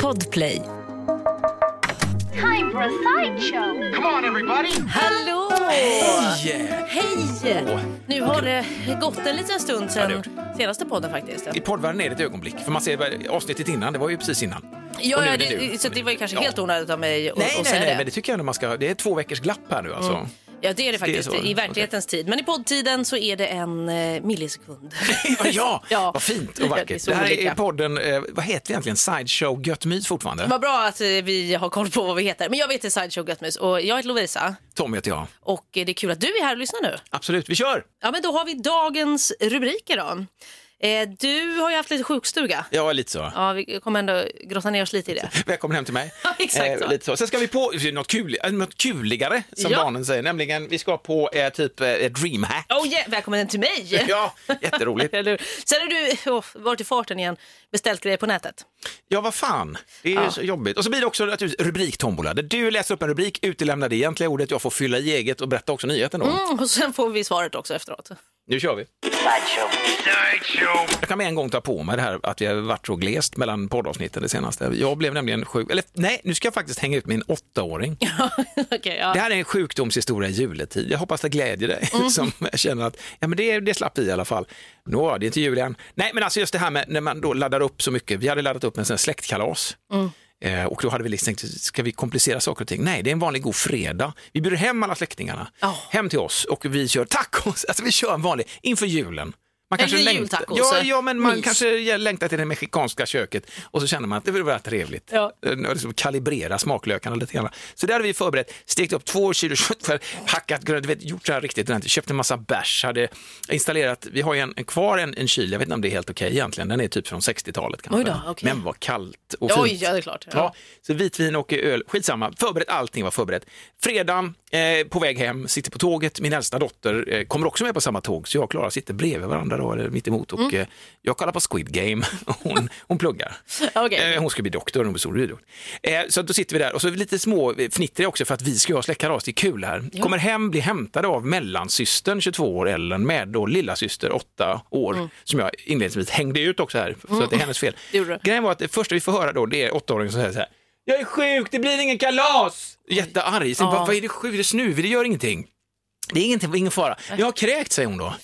Podplay. Time for a sideshow. Come on, everybody! Hallå! Yeah. Hej! Åh, Nu har det gått en liten stund Ja, det har sedan senaste podden faktiskt. I poddvärlden är det ett ögonblick, för man ser bara- avsnittet innan, det var ju precis innan. Och Ja, nu ja, är det nu. det, så det var ju kanske Ja. helt onödigt av mig att Nej, att nej, säga nej, det. Mm. men det tycker jag ändå man ska, det är två veckors glapp här nu alltså. Ja, det är det faktiskt. så. I verklighetens tid. Men i poddtiden så är det en eh, millisekund. ja, Ja. vad fint och Det är vackert. så Det, här olika. är podden, eh, vad heter vi egentligen? Sideshow Gött Mys fortfarande? Vad bra att eh, vi har koll på vad vi heter. Men jag heter Sideshow Götmys och jag heter Lovisa. Tom heter jag. Och eh, det är kul att du är här och lyssnar nu. Absolut, vi kör! Ja, men då har vi dagens rubriker då. Eh, du har ju haft lite sjukstuga. Ja, lite så. Ja, vi kommer ändå grotta ner oss lite i det. Välkommen hem till mig. Eh, Ja, exakt så. lite så. Sen ska vi på något, kul, eh, något kuligare, som Ja. barnen säger, nämligen vi ska på eh, typ eh, DreamHack. Oh yeah, välkommen till mig! Ja, jätteroligt. Eller hur? Sen har du åh, varit i farten igen, beställt grejer på nätet. Ja, vad fan. Det är ju så jobbigt. Och så blir det också naturligtvis rubriktombola där du läser upp en rubrik, utelämnar det egentliga ordet, jag får fylla i eget och berätta också nyheten då. Mm, och sen får vi svaret också efteråt. Nu kör vi. Jag kan med en gång ta på mig det här att vi har varit så glest mellan poddavsnitten det senaste. Jag blev nämligen sjuk, eller nej, nu ska jag faktiskt hänga ut min åttaåring. Okej, ja. Mm. Det här är en sjukdomshistoria i juletid. Jag hoppas det glädjer dig som känner att ja, men det, det slapp vi i alla fall. Nå, det är inte jul än. Nej, men alltså just det här med när man då laddar upp så mycket. Vi hade laddat upp en sån här släktkalas. Mm. Eh, och då hade vi liksom tänkt, ska vi komplicera saker och ting? Nej, det är en vanlig god fredag. Vi bjuder hem alla släktingarna, Ja. hem till oss och vi kör tacos. Alltså vi kör en vanlig, inför julen. Man En liten längtar- jultacos, ja, eh, ja, men man mys. kanske längtar till det mexikanska köket och så känner man att det vill vara trevligt. Ja. Eh, Liksom kalibrera smaklökarna lite grann. Så där hade vi förberett, stekt upp två kilo köttfärs, hackat grönt, du vet, gjort så här riktigt ordentligt, köpt en massa bärs, hade installerat, vi har ju en, en kvar en, en kyl, jag vet inte om det är helt okej egentligen, den är typ från 60-talet kanske. Oj då, okej. Men var kallt och fint. Oj, ja det är klart. Ja, så vitvin och öl, skitsamma, förberett, allting var förberett. Fredagen, eh, på väg hem, sitter på tåget, min äldsta dotter eh, kommer också med på samma tåg, så jag och Klara sitter bredvid varandra då, eller mitt emot Mm. och eh, jag kollar på Squid Game och hon, hon pluggar. Okej. Eh, hon ska bli doktor, hon blir stor doktor. Eh, så att då sitter vi där och så är vi lite små eh, fnittriga också för att vi ska ju ha släktkalas, det är kul här. Kommer hem, blir hämtade av mellansystern 22 år, Ellen, med då lillasyster 8 år, som jag inledningsvis hängde ut också här, så att det är hennes fel. Mm. Det gjorde du. Grejen var att det första vi får höra då, det är åttaåringen som säger så här, jag är sjuk, det blir ingen kalas! Jättearg, sen, bara, vad är det sjuk, det är snuvig, det gör ingenting. Det är ingenting, ingen fara. Jag har kräkt, säger hon då.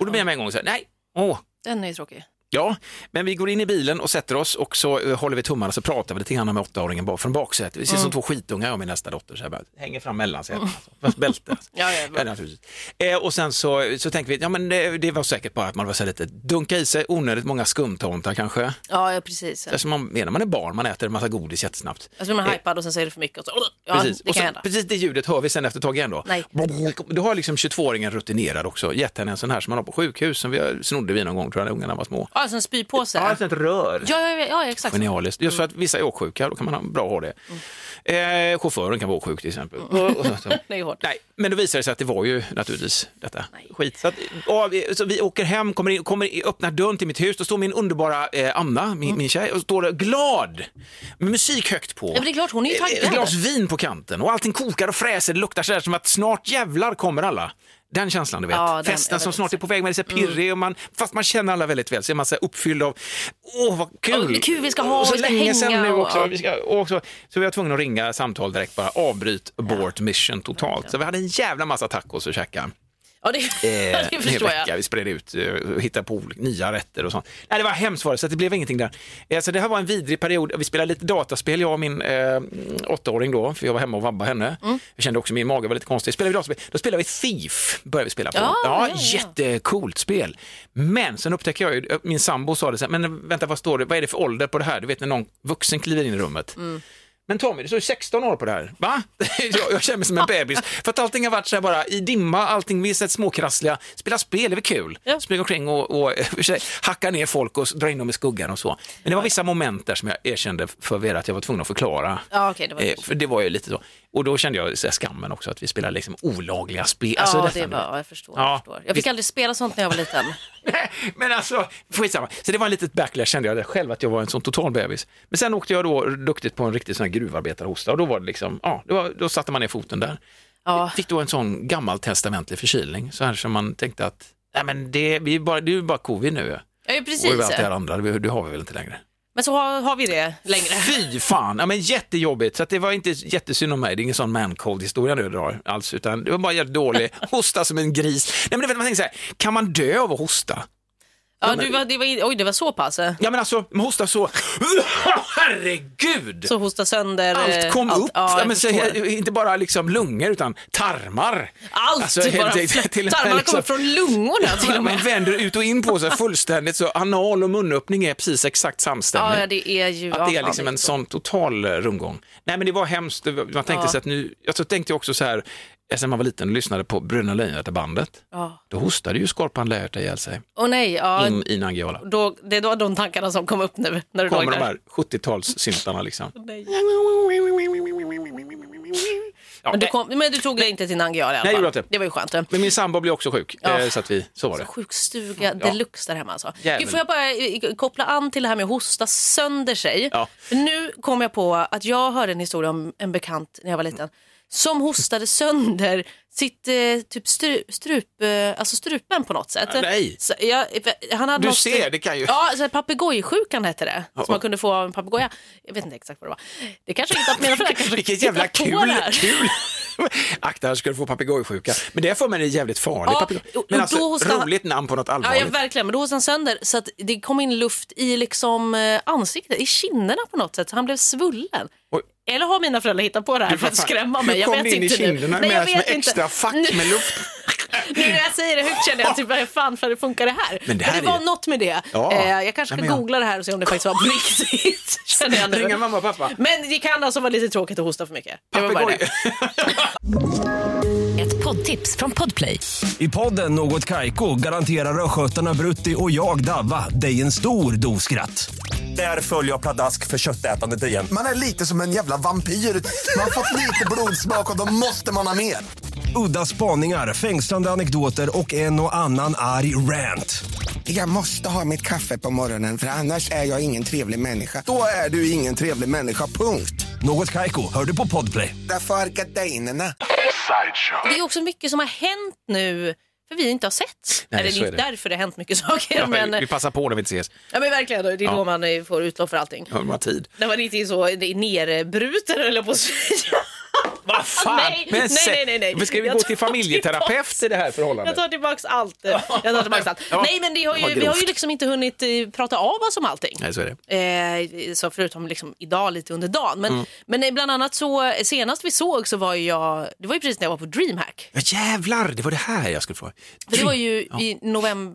Och då blir jag med en gång så här, nej, åh, Den är ju tråkig. Ja, men vi går in i bilen och sätter oss och så eh, håller vi tummarna så pratar vi lite grann med åttaåringen bara från baksätet. Vi ser Mm. som två skitungar jag och min nästa dotter, så här, bara, hänger fram mellan sig. Alltså, fast bälte. Alltså. Ja, ja, Ja, naturligtvis. Eh, och sen så, så tänker vi, ja men eh, det var säkert bara att man var så här lite, dunka i sig onödigt många skumtomtar kanske. ja, ja precis. Alltså Alltså man, medan man är barn, man äter en massa godis jättesnabbt. blir man hypad och sen säger du för mycket och så, ja, Precis. det och kan så, hända. precis det ljudet hör vi sen efter ett tag igen då. Nej. Då har liksom 22-åringen rutinerad också, gett henne en sån här som man har på sjukhus, som vi snodde vi någon gång tror jag när ungarna var små. Ja, alltså en spypåse. Ja, Ja, alltså ett rör. ja, ja, ja exakt. Genialiskt. Just för Mm. att vissa är åksjuka, då kan man ha bra att ha det. Eh, chauffören kan vara åksjuk till exempel. Mm. Och- och så- Det är ju hårt. Nej, men då visar det sig att det var ju naturligtvis detta skit. Så, att, ja, vi, så vi åker hem, kommer in, kommer in, öppnar dörren till mitt hus, då står min underbara eh, Anna, Mm. min, min tjej, och står där glad, med musik högt på. men det är klart, hon är ju Eh, taggad. Ett glas vin på kanten och allting kokar och fräser, det luktar så här som att snart jävlar kommer alla. Den känslan du vet, Ja, den är festen som väldigt Mm. snart är på väg, man är så här pirrig och man, fast man känner alla väldigt väl, så är man så här uppfylld av, åh vad Ja, kul! det är kul vi ska ha, Och så vi ska länge hänga sedan nu och- också. Vi ska, och också. Så vi var tvungna att ringa samtal direkt bara, avbryt, abort mission totalt. Så vi hade en jävla massa tacos att käka. Ja, det, Eh, ja, det en förstår vecka. jag. Vi spred ut eh, och hittade på olika, nya rätter och sånt. Nej, det var hemskt var det, så att det blev ingenting där. Eh, så det här var en vidrig period. Vi spelade lite dataspel, jag och min eh, åttaåring då, för jag var hemma och vabbade henne. Mm. Jag kände också min mage var lite konstig. Spelade vi dataspel, då spelade vi Thief, började vi spela på. Ja, ja, ja. jättecoolt spel. Men sen upptäckte jag ju, eh, min sambo sa det så här, men vänta vad står det, vad är det för ålder på det här? Du vet när någon vuxen kliver in i rummet. Mm. Men Tommy, det står ju 16 år på det här. Va? Jag, jag känner mig som en bebis. För att allting har varit så här bara i dimma, allting, vi är så här småkrassliga. Spela spel, det är väl kul? Ja. Springa omkring och, och hacka ner folk och dra in dem i skuggan och så. Men det var vissa moment där som jag erkände för Vera att jag var tvungen att förklara. Ja, okej, det var Eh, för det var ju lite så. Och då kände jag så här skammen också att vi spelar liksom olagliga spel. Ja, Alltså, det nästan- var, ja, jag förstår. Ja, jag förstår. Jag fick visst. aldrig spela sånt när jag var liten. Men alltså, skitsamma. Så det var en litet backlash kände jag där själv att jag var en sån total bebis. Men sen åkte jag då duktigt på en riktig sån här gruvarbetarhosta och då var det liksom, ja, det var, då satte man ner foten där. Ja. Fick då en sån gammal testamentlig förkylning, så här som man tänkte att, nej men det, vi är bara, det är ju bara covid nu. Ja, ju Och precis. allt det här andra, det, det har vi väl inte längre. Men så har, har vi det längre. Fy fan, ja, men jättejobbigt. Så att det var inte jättesynd om mig, det är ingen sån man cold historia nu jag drar alls, utan det var bara jävligt dålig, hosta som en gris. Nej men du vet, man tänker så här, kan man dö av att hosta? Ja, du var, det var, in- oj, det var så pass. eh. Ja men alltså, man hostar så, herregud! Så hosta sönder. eh, Allt kom upp, Ja, ja, jag men, så, förstår. inte bara liksom lungor utan tarmar. Allt Alltså, typ bara helt- till- flöttar. Man kommer liksom- från lungorna till och Man med. vänder ut och in på sig fullständigt så anal och munöppning är precis exakt samstämmig. Ja, ja, det är ju... ja, Att det är fan, liksom det en sån total eh, rundgång. Nej men det var hemskt, Det var- man tänkte Ja. så att nu, jag så tänkte jag också så här, eh, sen man var liten och lyssnade på Bruna Lejonhjärta-bandet, Ja. då hostade ju Skorpan Lejonhjärta ihjäl sig Åh nej, ja, in, i Nangijala. då, det är då de tankarna som kom upp nu. När du Kommer låg de där. här 70-talssyntarna liksom. Nej. Ja, Men, du eh, kom, men du tog dig inte till Nangijala i alla Nej, fall. jag gjorde inte. Det var ju skönt. eh. Men min sambo blev också sjuk, Ja. eh, så att vi, så var det. Sjukstuga deluxe där hemma alltså. Jävel. Gud, får jag bara eh, koppla an till det här med att hosta sönder sig. Ja. Nu kom jag på att jag hörde en historia om en bekant när jag var liten som hostade sönder sitt eh, typ stru, strup, eh, alltså strupen på något sätt. Ja, nej. Så jag, han hade Du något, ser, det kan ju... Ja, så här papegojsjukan hette det. Ja, Som man ja. kunde få av en papegoja. Jag vet inte exakt vad det var. Det kanske inte att mina föräldrar kanske Vilket jävla hittar på kul, det här. kul. Akta, här ska du få papegojsjuka. Men det är för mig det är jävligt farligt. Ja, papegoj- och- och Men då alltså, hostar han- roligt namn på något Ja, allvarligt. ja, verkligen. Men då hostade han sönder så att det kom in luft i liksom eh, ansiktet, i kinderna på något sätt. Så han blev svullen. Oj. Eller har mina föräldrar hittat på det här Du, för vad att fan, skrämma mig? Hur Jag kom vet det in inte i kinderna nu. Nej, jag med, med vet inte. extra fack Nu- med luft? Nu när jag säger det högt känner jag typ, vad fan för det funkar det här? Men det här Men är var ju- något med det. Ja. Eh, jag kanske Ja, ska men jag- googla det här och se om det faktiskt var på riktigt. känner jag Ringa nu. mamma och pappa. Men det kan alltså vara lite tråkigt att hosta för mycket. Det var bara Papegoj. det. Ett poddtips från Podplay. I podden Något Kaiko garanterar östgötarna Brutti och jag, Davva, dig en stor dos skratt. Där följer jag pladask för köttätandet igen. Man är lite som en jävla vampyr. Man har fått lite blodsmak och då måste man ha mer. Udda spaningar, fängslande anekdoter och en och annan arg rant. Jag måste ha mitt kaffe på morgonen för annars är jag ingen trevlig människa. Då är du ingen trevlig människa, punkt. Något Kaiko, hör du på Podplay. Därför är gardinerna. Det är också mycket som har hänt nu för vi inte har sett. Nej, Eller så det är är det. därför det har hänt mycket saker. men, Vi passar på när vi inte ses. ja, men verkligen, det är då man eh, får utlopp för allting. Har man tid? När man inte är så det är nerbruten eller på att säga. Vad fan! Nej, Men nej, se- nej, nej, nej. Men Ska vi Jag gå tar till familjeterapeut tillbaks- i det här förhållandet? Jag tar tillbaks allt. eh. Jag tar tillbaks allt. Ja, Nej men det har vad ju, vi har ju grovt. liksom inte hunnit eh, prata av oss om allting. Nej, så är det. Eh, så förutom liksom idag lite under dagen. Mm. Men, men eh, bland annat så eh, senast vi såg så var ju jag, det var ju precis när jag var på DreamHack. Ja, jävlar, det var det här jag skulle få. För det var ju i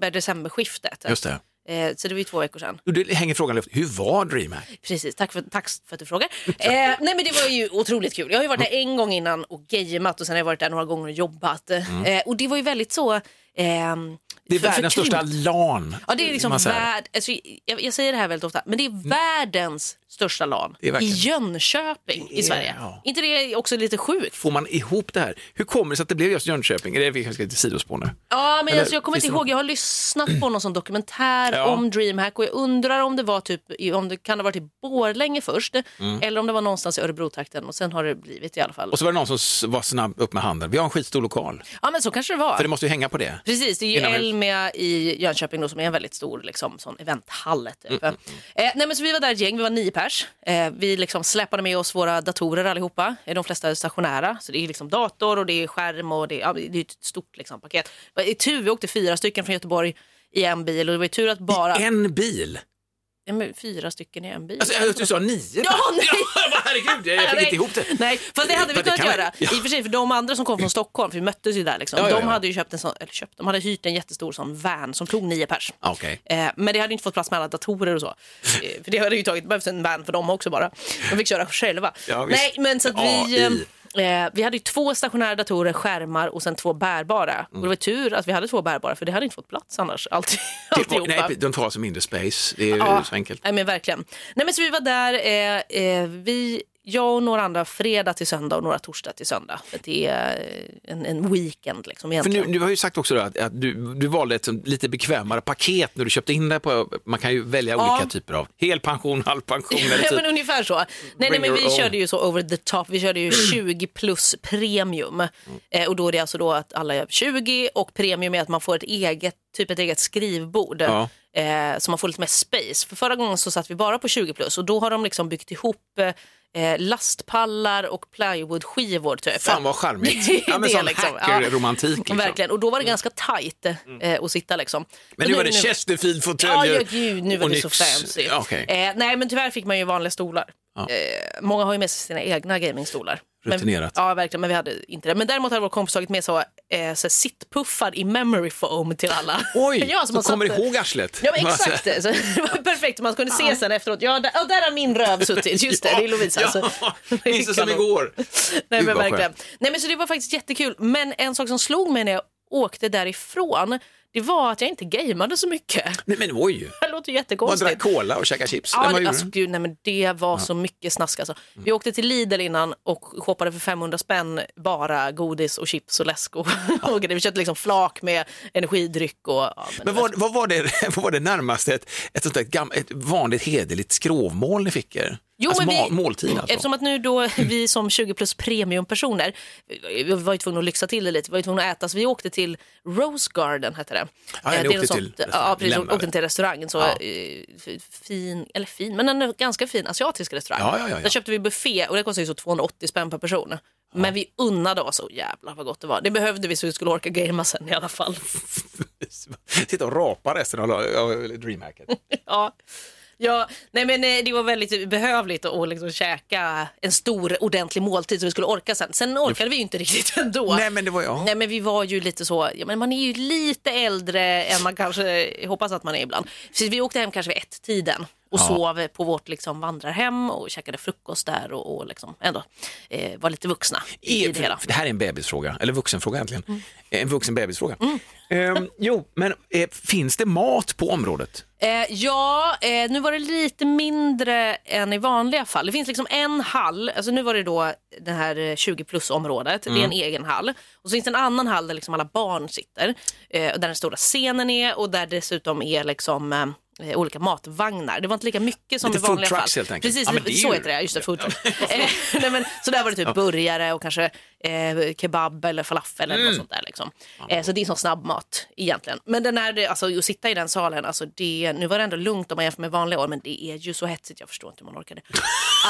november-decemberskiftet. Just det. Eh, så det var ju två veckor sedan. Och Det hänger frågan i luften. Hur var DreamHack? Precis, tack för, tack för att du frågar. Eh, nej men det var ju otroligt kul. Jag har ju varit där en gång innan och gameat och sen har jag varit där några gånger och jobbat. Eh, och det var ju väldigt så... Eh, Mm. Det är för- förkrympt. världens största LAN. Ja, det är liksom man säger. Mm. värld, alltså, jag, jag säger det här väldigt ofta, men det är världens största LAN Det är i verkligen- Jönköping i är- Sverige. ja. inte det också lite sjukt? Får man ihop det här? Hur kommer det sig att det blev just Jönköping? Är det vi kanske ska lite sidospår nu? Ja, men Eller, alltså, jag kommer finns inte det ihåg. Jag har lyssnat på någon sån dokumentär Ja. om DreamHack och jag undrar om det var typ, i- om det kan ha varit i Borlänge först Mm. eller om det var någonstans i Örebrotrakten och sen har det blivit i alla fall. Och så var det någon som s- var snabb upp med handen. Vi har en skitstor lokal. Ja, men så kanske det var. För det måste ju hänga på det. Precis, det är ju Inomhus. Elmia i Jönköping då, som är en väldigt stor liksom, sån eventhall. Typ. Mm, Eh, nej, men så vi var där ett gäng, vi var nio pers. Eh, vi liksom släpade med oss våra datorer allihopa. Eh, De flesta är stationära, så det är liksom dator och det är skärm och det, ja, det är ett stort liksom, paket. Det var tur, vi åkte fyra stycken från Göteborg i en bil och det var ju tur att bara... En bil. Ja, men, fyra stycken i en bil. Alltså, jag- du sa nio. Ja, nej. Ja, herregud, jag fick inte ihop det. Nej, fast det hade vi Men det kunnat kan man- göra. I Ja. och för sig, för de andra som kom från Stockholm, för vi möttes ju där, liksom, Ja, ja, de ja. hade ju köpt en sån, eller köpt, de hade hyrt en jättestor sån van som tog nio pers. Ah, okej. Eh, men det hade inte fått plats med alla datorer och så. Eh, för det hade ju tagit, behövts en van för dem också bara. De fick köra själva. Ja, visst. Nej, men så att vi... AI. Eh, vi hade ju två stationära datorer, skärmar och sen två bärbara. Och det var tur att vi hade två bärbara för det hade inte fått plats annars. Allt, alltihopa. Typ- Nej, de tar alltså mindre space. Det är Ja. så enkelt. Nej, men verkligen. Nej, men så vi var där, eh, eh, vi, jag och några andra fredag till söndag och några torsdag till söndag. För att det är eh, en, en weekend liksom För egentligen. nu, du har ju sagt också då att, att du, du valde ett sånt lite bekvämare paket när du köpte in det. På, man kan ju välja olika typer av helpension, halvpension eller Ja, men typ. ungefär så. Nej, nej, Bring men your vi own. Mm. körde ju så over the top. Vi körde ju 20 plus premium. Eh, och då är det alltså då att alla är över 20 och premium är att man får ett eget, typ ett eget skrivbord. Ja. eh, så man får lite mer space. För förra gången så satt vi bara på 20 plus och då har de liksom byggt ihop eh, lastpallar och plywoodskivor typ. Fan vad charmigt. Det är Ja, men det, sån liksom. Ja. hackerromantik. Liksom. Mm. Verkligen, och då var det ganska tajt eh, att sitta liksom. Men Och nu var det Chesterfield-fåtöljer Ja, ja, gud, nu var och det så nyx. fancy. Ja, okej. Eh, nej, men tyvärr fick man ju vanliga stolar. Ja. Eh, många har ju med sig sina egna gamingstolar. Rutinerat. Men, ja, verkligen, men vi hade inte det. Men däremot hade vår kompis tagit med så, eh, så här sittpuffar i memory foam till alla. Oj, ja, så de man kommer satt- ihåg arslet. Ja, men exakt. Så, det var perfekt, man kunde se sen efteråt. Ja, där, ja, där har min röv suttit. Just det, det är Lovisa. Ah. Ja, Så- minns det som igår. Nej, Gud, men vad verkligen. skönt. Nej, men så det var faktiskt jättekul. Men en sak som slog mig när jag åkte därifrån, det var att jag inte gameade så mycket. Nej, men oj, Det här låter man jättekonstigt. drack cola och käkade chips. Ja, Nej, man det, gjorde alltså, det. Mm. gud, nej, men det var så mycket snask. Alltså. Vi åkte till Lidl innan och shoppade för 500 spänn bara godis och chips och läsk. Och, och grejer. vi köpte liksom flak med energidryck. Och, ja, men Men vad, vad, var det, vad var det närmaste ett, ett, sånt där gam, ett vanligt hederligt skrovmål ni fick er? alltså, ma- måltid alltså. Eftersom att nu då vi som 20 plus premiumpersoner, vi var ju tvungna att lyxa till det lite, vi var ju tvungna att äta, så vi åkte till Rose Garden hette det. ja, Eh, ni det är något åkte till sånt- restaurangen, ja, precis, lämnade. åkte till restaurangen, så Ja. eh, f- fin, eller fin, men en ganska fin asiatisk restaurang. Ja, ja, ja, ja. Där köpte vi buffé och det kostade ju så 280 spänn per person. Men vi unnade oss, och jävlar vad gott det var. Det behövde vi så vi skulle orka gamea sen i alla fall. Sitta och rapa resten av av DreamHacket. Ja. Ja, nej men eh, det var väldigt behövligt att att liksom käka en stor ordentlig måltid som vi skulle orka sen. Sen orkade vi ju inte riktigt ändå. Nej, men det var jag. Nej men vi var ju lite så, ja, men man är ju lite äldre än man kanske hoppas att man är ibland. Så vi åkte hem kanske vid ett-tiden och sov på vårt liksom vandrarhem och käkade frukost där och, och liksom ändå eh, var lite vuxna i Är, det hela. Mm. för det här är en bebisfråga, eller vuxenfråga egentligen. Eh, En vuxen bebisfråga. Ehm, jo, men eh, finns det mat på området? Eh, ja, eh, nu var det lite mindre än i vanliga fall. Det finns liksom en hall, alltså nu var det då det här eh, 20 plus området, Mm. det är en egen hall. Och så finns det en annan hall där liksom alla barn sitter, eh, och där den stora scenen är och där dessutom är liksom eh, olika matvagnar. Det var inte lika mycket som Lite i vanliga food fall. trucks, helt enkelt. Precis, Ja, men det är så ju- heter det, just det, food truck. eh, nej, men, så där var det typ burgare och kanske eh, kebab eller falafel eller Mm. något sånt där. Liksom. Eh, så det är som snabbmat egentligen. Men den här, alltså, att sitta i den salen, alltså, det, nu var det ändå lugnt om man jämför med vanliga år, men det är ju så hetsigt, jag förstår inte hur man orkar det.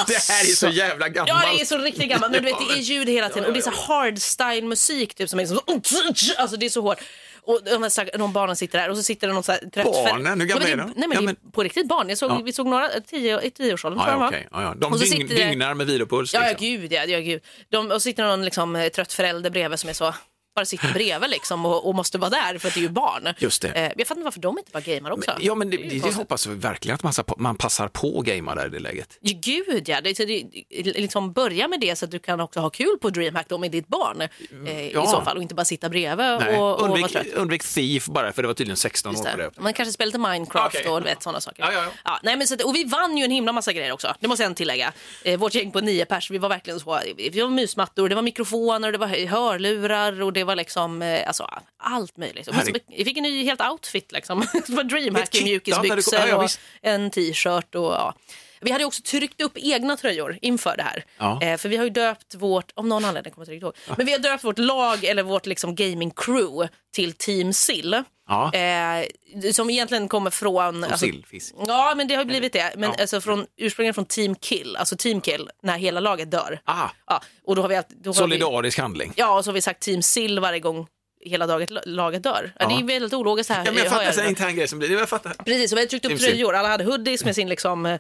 Det här är så jävla gammalt. Alltså, Ja, det är så riktigt gammalt. Men du vet, det är ljud hela tiden och det är så hardstyle musik typ som är liksom så, alltså det är så hårt. Och de, här, stack- de barnen sitter där och så sitter det någon så här tvättfärg- Barnen? Hur gamla Ja, men är det- de? Nej men, Ja, det är men- på riktigt barn. Jag såg, Ja. Vi såg några tio, i tioårsåldern Ja, tror jag ja, var. okej. ja, ja. De Och så dyng, sitter det- dygnar med vilopuls. Ja, ja liksom. gud ja. ja gud. De, och sitter någon liksom, eh, trött förälder bredvid som är så bara sitter bredvid liksom och, och måste vara där för att det är ju barn. Just det. Eh, jag fattar inte varför de inte bara gamer också. Men- Ja, men det, är ju det, konstigt. hoppas jag verkligen att man, sa- man passar på att gamea där i det läget. Ja, Gud ja, det, det, det- liksom börja med det så att du kan också ha kul på DreamHack då med ditt barn eh, i Ja. så fall och inte bara sitta bredvid Nej. och, och vara undvik, trött. undvik Thief bara, för det var tydligen 16 Just år på det. det. Man kanske spelar lite Minecraft Okej. och du vet, sådana saker. Ja, ja, ja. nej, men så att, och vi vann ju en himla massa grejer också, det måste jag tillägga. Eh, vårt gäng på nio pers, vi var verkligen så, vi var mysmattor, det var mikrofoner, det var hörlurar och det var liksom eh, alltså, allt möjligt. Och vi- Herregud. vi fick en ny helt outfit liksom. det var Ett DreamHack i kit, ja, när du kom- mjukisbyxor ja, ja, och visst. en t-shirt och ja. Vi hade ju också tryckt upp egna tröjor inför det här. Ja. Eh, för vi har ju döpt vårt, om någon anledning kommer jag inte riktigt ihåg, men vi har döpt vårt lag eller vårt liksom gaming crew till Team Sill. Ja. Eh, som egentligen kommer från... alltså- sillfisk. Ja, men det har ju blivit det. Men Ja. alltså från, ursprungligen från Team Kill, alltså Team Kill, när hela laget dör. Ah. Ja, och då har vi, alltid- då har vi, Solidarisk handling. Ja, och så har vi sagt Team Sill varje gång hela daget, laget dör. Ja, Det är väldigt ologiskt. det Här, Ja, men jag har fattar, så här intern grej som blir. Jag fattar. Precis, och vi hade tryckt upp Team Sill. tröjor. Alla hade hoodies med sin liksom, eh,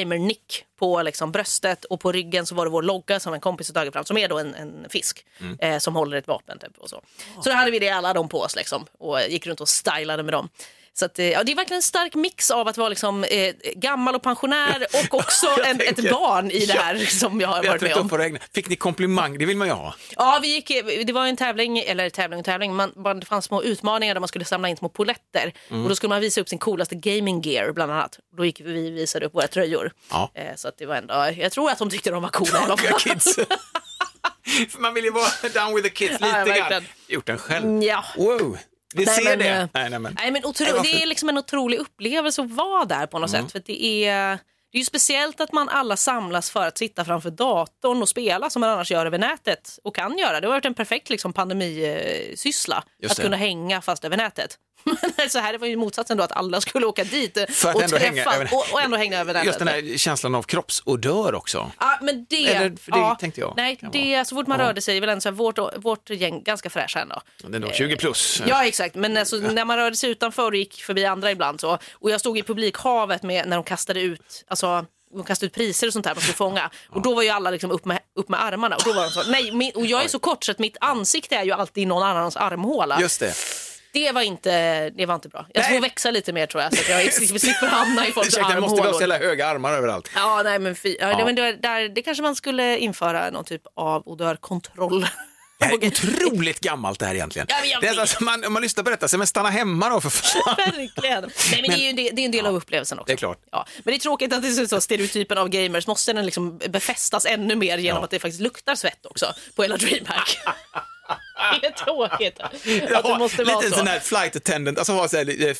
gamer-nick på liksom, bröstet och på ryggen så var det vår logga som en kompis hade tagit fram, som är då en, en fisk eh, som håller ett vapen. Typ, och så. så då hade vi det alla de på oss liksom, och gick runt och stylade med dem. Så att, eh, ja, det är verkligen en stark mix av att vara liksom, eh, gammal och pensionär och också Jag en, ett tänker- barn i det här som jag har Vi har varit med trätt om. upp och regn. Fick ni komplimang? Det vill man ju ha. Ja, vi gick, det var ju en tävling, eller tävling och tävling, man, man, det fanns små utmaningar där man skulle samla in små poletter. Och då skulle man visa upp sin coolaste gaming gear bland annat. Då gick vi och visade upp våra tröjor. Ja. Eh, så att det var ändå, jag tror att de tyckte de var coola i alla Unga fall. kids. För man vill ju vara down with the kids Ja, lite grann. verkligen. Gjort den själv. Mm, ja. Wow, vi ser men, eh, det. Nej, nej, men. nej, men otro, vad det är fint. Mm. liksom en otrolig upplevelse att vara där på något sätt. För att det, är, det är ju speciellt att man alla samlas för att sitta framför datorn och spela som man annars gör över nätet och kan göra. Det har varit en perfekt liksom, pandemisyssla Just att det. kunna hänga fast över nätet. Men så här det var ju motsatsen då, att alla skulle åka dit eh, För att och ändå hänga träffas över- och, och ändå hänga över den. Just den här känslan av kroppsodör också. Ja, men det, Eller, för det ja, tänkte jag. Nej, Kan det, så fort man rörde sig, väl ändå så här, vårt, vårt gäng ganska fräscha ändå. Den då, 20 plus. Eh, Ja exakt, men alltså, när man rörde sig utanför och gick förbi andra ibland så, och jag stod i publikhavet med, när de kastade ut, alltså, de kastade ut priser och sånt där man skulle fånga och då var ju alla liksom upp, med, upp med armarna och då var de så, nej, min, och jag är så kort så att mitt ansikte är ju alltid i någon annans armhåla. Just det. Det var inte, det var inte bra. Jag Nej. får växa lite mer tror jag så att jag liksom slipper hamna i folks Ursäkta, jag måste armhålor. bara ställa höga armar överallt. Ja, nej men fy. Ja, Ja. Det, men det, var där, det kanske man skulle införa någon typ av odörkontroll. Det här är otroligt gammalt det här egentligen. Ja, men jag det är vet. alltså, man, om man lyssnar på detta, så, men stanna hemma då för fan. Verkligen. Nej, men det, är ju, det, det är en del av upplevelsen också. det är klart. Ja. Men det är tråkigt att det ser ut så. Stereotypen av gamers måste den liksom befästas ännu mer genom Ja. att det faktiskt luktar svett också på hela DreamHack. det är tråkigt att det Ja, måste vara lite så. sån här flight attendant, alltså ha så här, eh,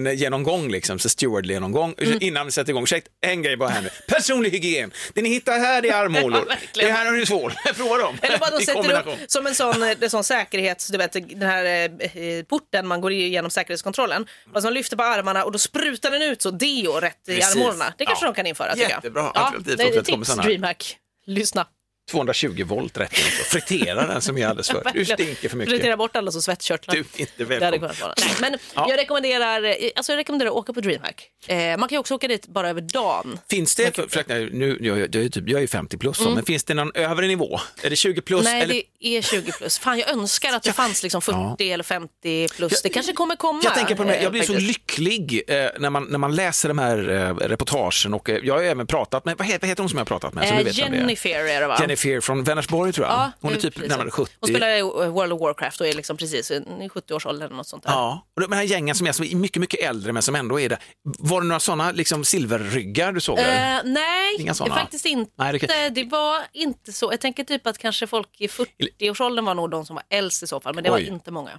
flygvärdinne-genomgång, liksom, så steward-genomgång Mm. innan vi sätter igång. Ursäkta, en grej bara här nu. Personlig hygien, det ni hittar här är armhålor. Ja, verkligen. det här har ni svårt, prova dem. Eller bara de I sätter upp kombination. som en sån, eh, en sån säkerhets, du vet den här eh, porten man går igenom säkerhetskontrollen. Man som lyfter på armarna och då sprutar den ut så deo rätt i Precis. armhålorna. Det kanske Ja. de kan införa tycker jag. Jättebra alternativ, det är att det ett kommer tips såna här. DreamHack. Lyssna. 220 volt rätt in också. Fritera den som är alldeles för. Du stinker för mycket. Fritera bort alla som svettkörtlar. Du är inte Det hade välkommen. kunnat vara. Nej, men jag, rekommenderar, eh, alltså jag rekommenderar att åka på DreamHack. Eh, man kan ju också åka dit bara över dagen. Finns det, för, förlåt, nej, nu, jag, jag, jag, är typ, jag är ju 50 plus, så, men finns det någon övre nivå? Är det 20 plus? Mm. Nej, eller, det är 20 plus. Fan, jag önskar att det fanns liksom 40 eller 50 plus. Det kanske kommer komma. jag tänker på det, här, eh, jag blir så faktiskt. lycklig eh, när, man, när man läser de här eh, reportagen och eh, jag har ju även pratat med, vad heter, vad heter hon som jag har pratat med? som du Eh, vet vem det är? Jennifer är det va? Jennifer från Vänersborg tror jag. Ja, hon är eh, typ precis. närmare 70. Hon spelar i eh, World of Warcraft och är liksom precis i 70-årsåldern eller något sånt där. Ja, och de här gängen som är, som är mycket, mycket äldre men som ändå är där. Var det några sådana liksom, silverryggar du såg? där? Eh, nej, Inga såna. faktiskt inte. Nej, det- det... var inte så. Jag tänker typ att kanske folk i 40-årsåldern var nog de som var äldst i så fall, men det var Oj. inte många.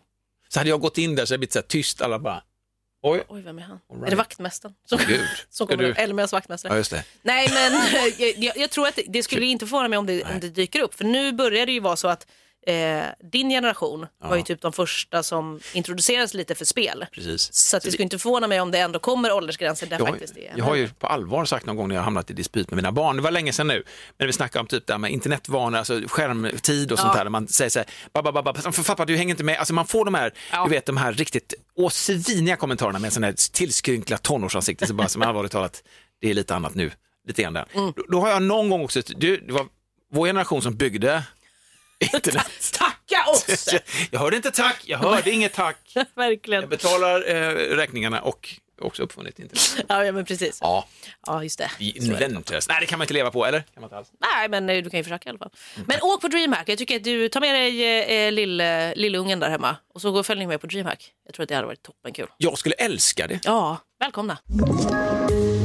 Så hade jag gått in där så hade det blivit så här tyst, alla bara oj. Oj, vem är han? right. Är det vaktmästaren? Som, Gud. som Ska kommer du- upp, eller med vaktmästare. Ja, just det. Typ. Nej, men eh, jag, jag tror att det, det skulle inte förvåna mig om det, om det dyker upp. För nu börjar det ju vara så att eh, din generation var ju typ de första som introducerades lite för spel. Precis. Så att det skulle inte förvåna mig om det ändå kommer åldersgränser där Jag, har- faktiskt det är. jag har ju på allvar sagt någon gång när jag har hamnat i dispyt med mina barn, det var länge sedan nu, men vi snackade om typ det här med internetvanor, alltså skärmtid och sånt där, där man säger så här, babba, babba, för pappa du hänger inte med, alltså man får de här, Ja. du vet de här riktigt åsviniga kommentarerna med en sån här tillskrynklat tonårsansikte, så bara som allvarligt talat, det är lite annat nu, lite grann där. Mm. Då, då har jag någon gång också, du, det var vår generation som byggde internet. Tacka oss! Jag hörde inte tack, jag hörde inget tack. Verkligen. Jag betalar eh, räkningarna och också uppfunnit internet. Ja, ja, men precis. Ja, Ja, just det. inventors. Nej, det kan man inte leva på, eller? Kan man inte alls. Nej, men eh, du kan ju försöka i alla fall. Men åk på DreamHack. Jag tycker att du tar med dig eh, lille, lillungen där hemma och så går följ med på DreamHack. Jag tror att det hade varit toppenkul. Jag skulle älska det. Ja, välkomna.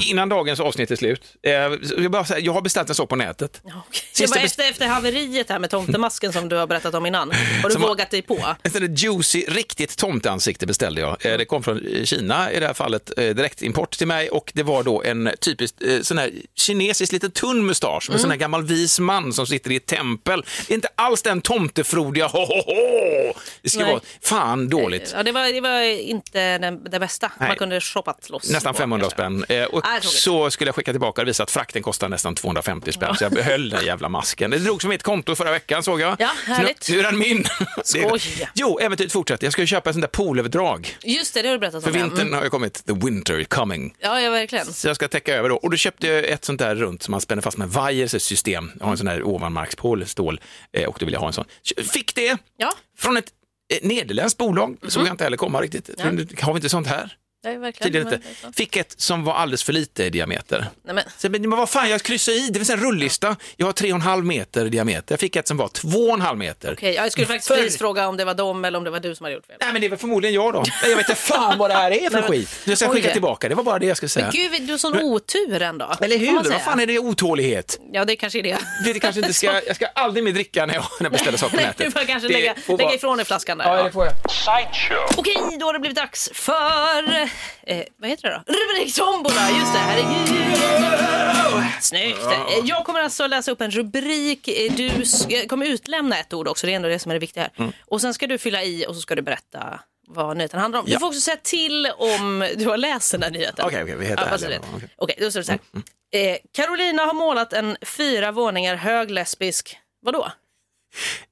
Innan dagens avsnitt är slut, eh, så vill jag, bara säga, jag har beställt en sak på nätet. Ja, okej. Det Sista var bes- efter, efter haveriet här med tomtemasken som du har berättat om innan. Har du Som- vågat dig på? En sån där juicy, riktigt tomteansikte beställde jag. Eh, Det kom från eh, Kina i det här fallet, eh, direktimport till mig och det var då en typisk eh, sån här kinesisk lite tunn mustasch med sån här gammal vis man som sitter i ett tempel. Det är inte alls den tomtefrodiga ho, ho, ho. Det ska Nej. vara fan dåligt. Ja, det, var, det var inte den, det bästa man kunde shoppat loss. Nästan på, 500 kanske. spänn. Eh, och Ah, tråkigt. så skulle jag skicka tillbaka och visa att frakten kostade nästan 250 spänn, så jag behöll den jävla masken. Det drogs från mitt konto förra veckan såg jag. Ja, Så härligt. Nu, nu är den min. Det är- Skoj. Jo, äventyret fortsätter. Jag ska ju köpa en sån där poolöverdrag. Just det, det har du berättat För om. ja. vintern har ju kommit, the winter is coming. Ja, ja, verkligen. Så jag ska täcka över då. Och då köpte jag ett sånt där runt som man spänner fast med vajer, så ett system. Jag har en sån där ovanmarkspool, stål, eh, och då vill jag ha en sån. Fick det Ja. Mhm. från ett eh, nederländskt bolag, såg jag inte heller komma riktigt. Har vi inte sånt här? Nej, verkligen. Tydligen Men inte. det är så. Fick ett som var alldeles för lite i diameter. Nej, men, Sen, men vad fan, jag kryssar i, det finns en rullista. Jag har 3,5 meter i diameter. Jag fick ett som var 2,5 meter. okej, jag skulle faktiskt Mm. För- precis fråga om det var dem eller om det var du som hade gjort fel. Nej men det är väl förmodligen jag då. Nej, Jag vet inte fan vad det här är för skit. Jag ska Oj. skicka tillbaka, det var bara det jag skulle säga. Men gud, du har sån otur ändå. Eller får man hur? säga. Vad fan är det otålighet? Ja, det kanske är det. Det kanske inte ska, jag ska aldrig mer dricka när jag, när jag beställer saker på Nej, du nätet. får kanske Det lägga, får lägga vara- ifrån dig flaskan där. Ja, det får jag. Okej, då har det blivit dags för... Eh, vad heter det då? Rubriktombola! Just det, herregud! Snyggt! Eh, Jag kommer alltså läsa upp en rubrik. Eh, Du s- jag kommer utlämna ett ord också, det är ändå det som är det viktiga här. Mm. Och sen ska du fylla i och så ska du berätta vad nyheten handlar om. Du Ja. får också säga till om du har läst den här nyheten. Okej, okej, vi heter ja, fast du ärliga vet. då, okej. Mm, Okej, då står det så här. Eh, Carolina har målat en fyra våningar hög lesbisk... Vadå?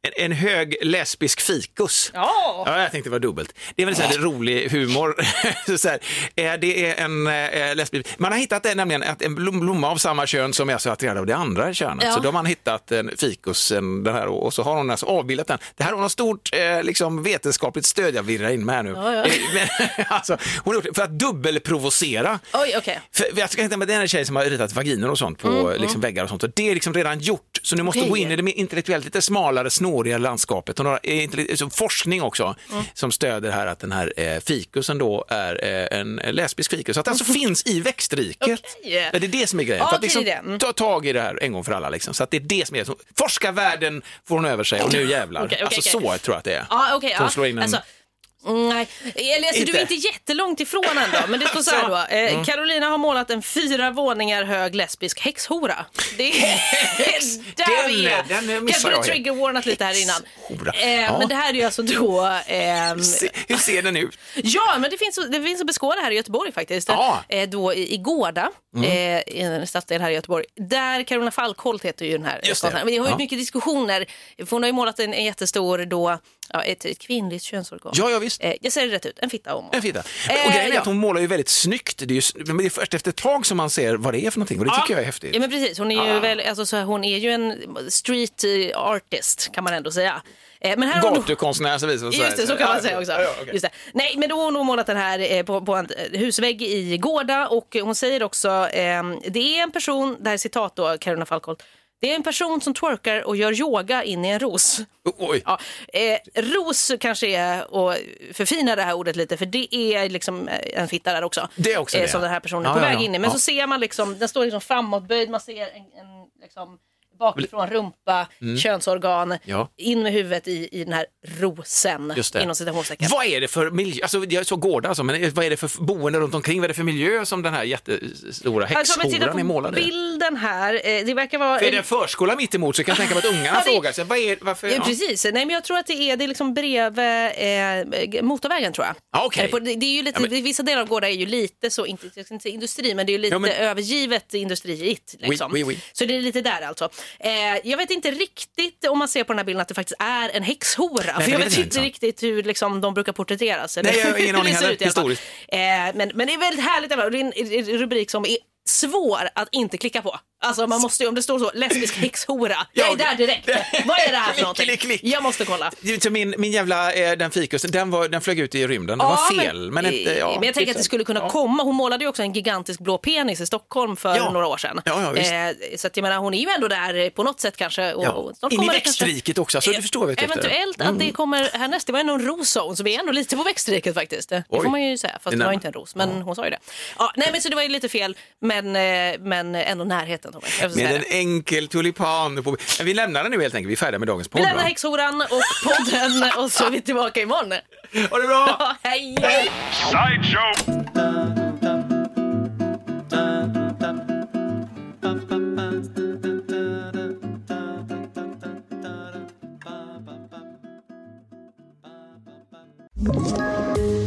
En, en hög lesbisk fikus. Ja! Ja, jag tänkte det var dubbelt. Det är väl så här, det är rolig humor. så så här, eh, det är en eh, lesbisk... Man har hittat det, nämligen att en blom, blomma av samma kön som är så attraherad av det andra könet. Ja. Så då har man hittat en fikus, en, den här, och så har hon alltså avbildat den. Det här har hon stort eh, liksom, vetenskapligt stöd, jag virrar in med här nu. ja. Eh, Men, alltså, hon har gjort det för att dubbelprovocera. Oj, okej. För jag ska inte med den här tjejen som har ritat vaginer och sånt på Mm, liksom, väggar och sånt. Och det är liksom redan gjort. Så nu måste hon gå in i det mer intellektuellt lite smalare, snåriga landskapet. Hon har eh, intellekt- så forskning också Mm. som stöder här att den här eh, fikusen då är eh, en lesbisk fikus. Så att den alltså finns i växtriket. Mm. Okej. Ja, Det är det som är grejen. Ja, För att det är liksom, det. Mm. ta tag i det här en gång för alla. Liksom. Så att det är det som är så, Forskarvärlden får hon över sig och nu jävlar. Okej, okej, alltså okej. så tror jag att det är. Ja, okej. Så ja. hon slår in en- Alltså, mm, nej, eller alltså, du är Inte. Mm. inte jättelångt ifrån ändå. Men det står så här då. Eh, Carolina har målat en fyra våningar hög lesbisk häxhora. Det är där vi är. Den- den Kanske missar borde jag helt. triggerwarnat lite här innan. Häxhora. Eh, Ja. Men det här är ju alltså då... ehm, Se, hur ser den ut? Ja, men det finns, det finns att beskåda här i Göteborg faktiskt. Ja. Mm. Eh, då i, i Gårda, eh, i en stadsdel här i Göteborg. Där Carolina Falkholt heter ju den här Just det. konstnären. Men det har ju Ja. mycket diskussioner. För hon har ju målat en, en jättestor, då, ja, ett, ett kvinnligt könsorgan. Ja, ja, visst. Eh, jag säger det rätt ut, en fitta om. En fitta. Eh, och grejen är ja. att hon målar ju väldigt snyggt. Det är, ju, s- men det är först efter ett tag som man ser vad det är för någonting och det tycker jag är häftigt. Ah. Ja, men precis. Hon är ju, väl, alltså, så här, hon är ju en street eh, artist kan man ändå säga. Eh, men här har hon- Gatukonstnär så visar det sig. Just det, så kan man säga också. Ja, ja, okej. Just det. Nej, men då har hon nog målat den här eh, på, på en eh, husvägg i Gårda och hon säger också, ehm, det är en person, det här är citat då, Carolina Falkholt, det är en person som twerkar och gör yoga in i en ros. O- Oj, Ja, eh, ros kanske är att förfina det här ordet lite för det är liksom eh, en fitta där också. Eh, Det är också det. Som den här personen är Ja, på ja, väg ja. in i. Men Ja. så ser man liksom, den står liksom framåtböjd, man ser en, en liksom bakifrån rumpa, könsorgan, Mm. Ja. in med huvudet i, i den här rosen. just det. Inom citationstecken. Vad är det för miljö, alltså jag såg Gårda alltså, men vad är det för boende runt omkring, vad är det för miljö som den här jättestora Alltså, om jag häxhoran tittar är målad på i? bilden här, eh, det verkar vara... För Är det en förskola mitt emot så kan jag tänka mig att ungarna Ja, det- frågar sig, vad är, varför? Ja, precis. Nej, men jag tror att det är, det är liksom bredvid eh, motorvägen tror jag. Ja, Ah, okej. Eh, på- Det, det är ju lite, Ja, men- det- Vissa delar av Gårda är ju lite så, inte, jag ska inte säga industri, men det är ju lite Ja, men- övergivet industriigt. Liksom. Oui, oui, oui. Så det är lite där alltså. Eh, jag vet inte riktigt om man ser på den här bilden att det faktiskt är en häxhora. för det jag vet vet jag inte inte. riktigt hur liksom, de brukar porträtteras. eller Nej, jag har ingen hur det aning ser heller, ut i alla fall. historiskt. Eh, men, men det är väldigt härligt. i alla fall. Det är en- en rubrik som är svår att inte klicka på. Alltså man måste ju, om det står så, lesbisk häxhora, jag är Jag- där direkt. Vad är det här för någonting? Klick, klick, klick. Jag måste kolla. Det är inte Min, min jävla, eh, den fikusen, den, var, den flög ut i rymden, den var fel. Men, inte, ja, typ men jag tänker att det skulle kunna komma. Hon målade ju också en gigantisk blå penis i Stockholm för Ja. några år sedan. Ja, ja, visst. eh, så att jag menar, hon är ju ändå där eh, på något sätt kanske. Och, Ja. och snart In i kommer det kanske- växtriket också, alltså, du Eh, förstår vad jag Mm. tänkte. Eventuellt att det kommer härnäst. Det var ändå en roszon, så vi är ändå lite på växtriket faktiskt. Det Oj. får man ju säga, fast det var Nej. inte en ros. Men hon sa ju det. Ja, nej, men så det var ju lite fel, men, eh, men ändå närheten. Tommy. Jag får säga Med det. en enkel tulipan på... Men Vi lämnar den nu helt enkelt, vi är färdiga med dagens podd. Vi lämnar va? häxhoran och podden och så är vi tillbaka imorgon. Ha det bra! Ja, hej!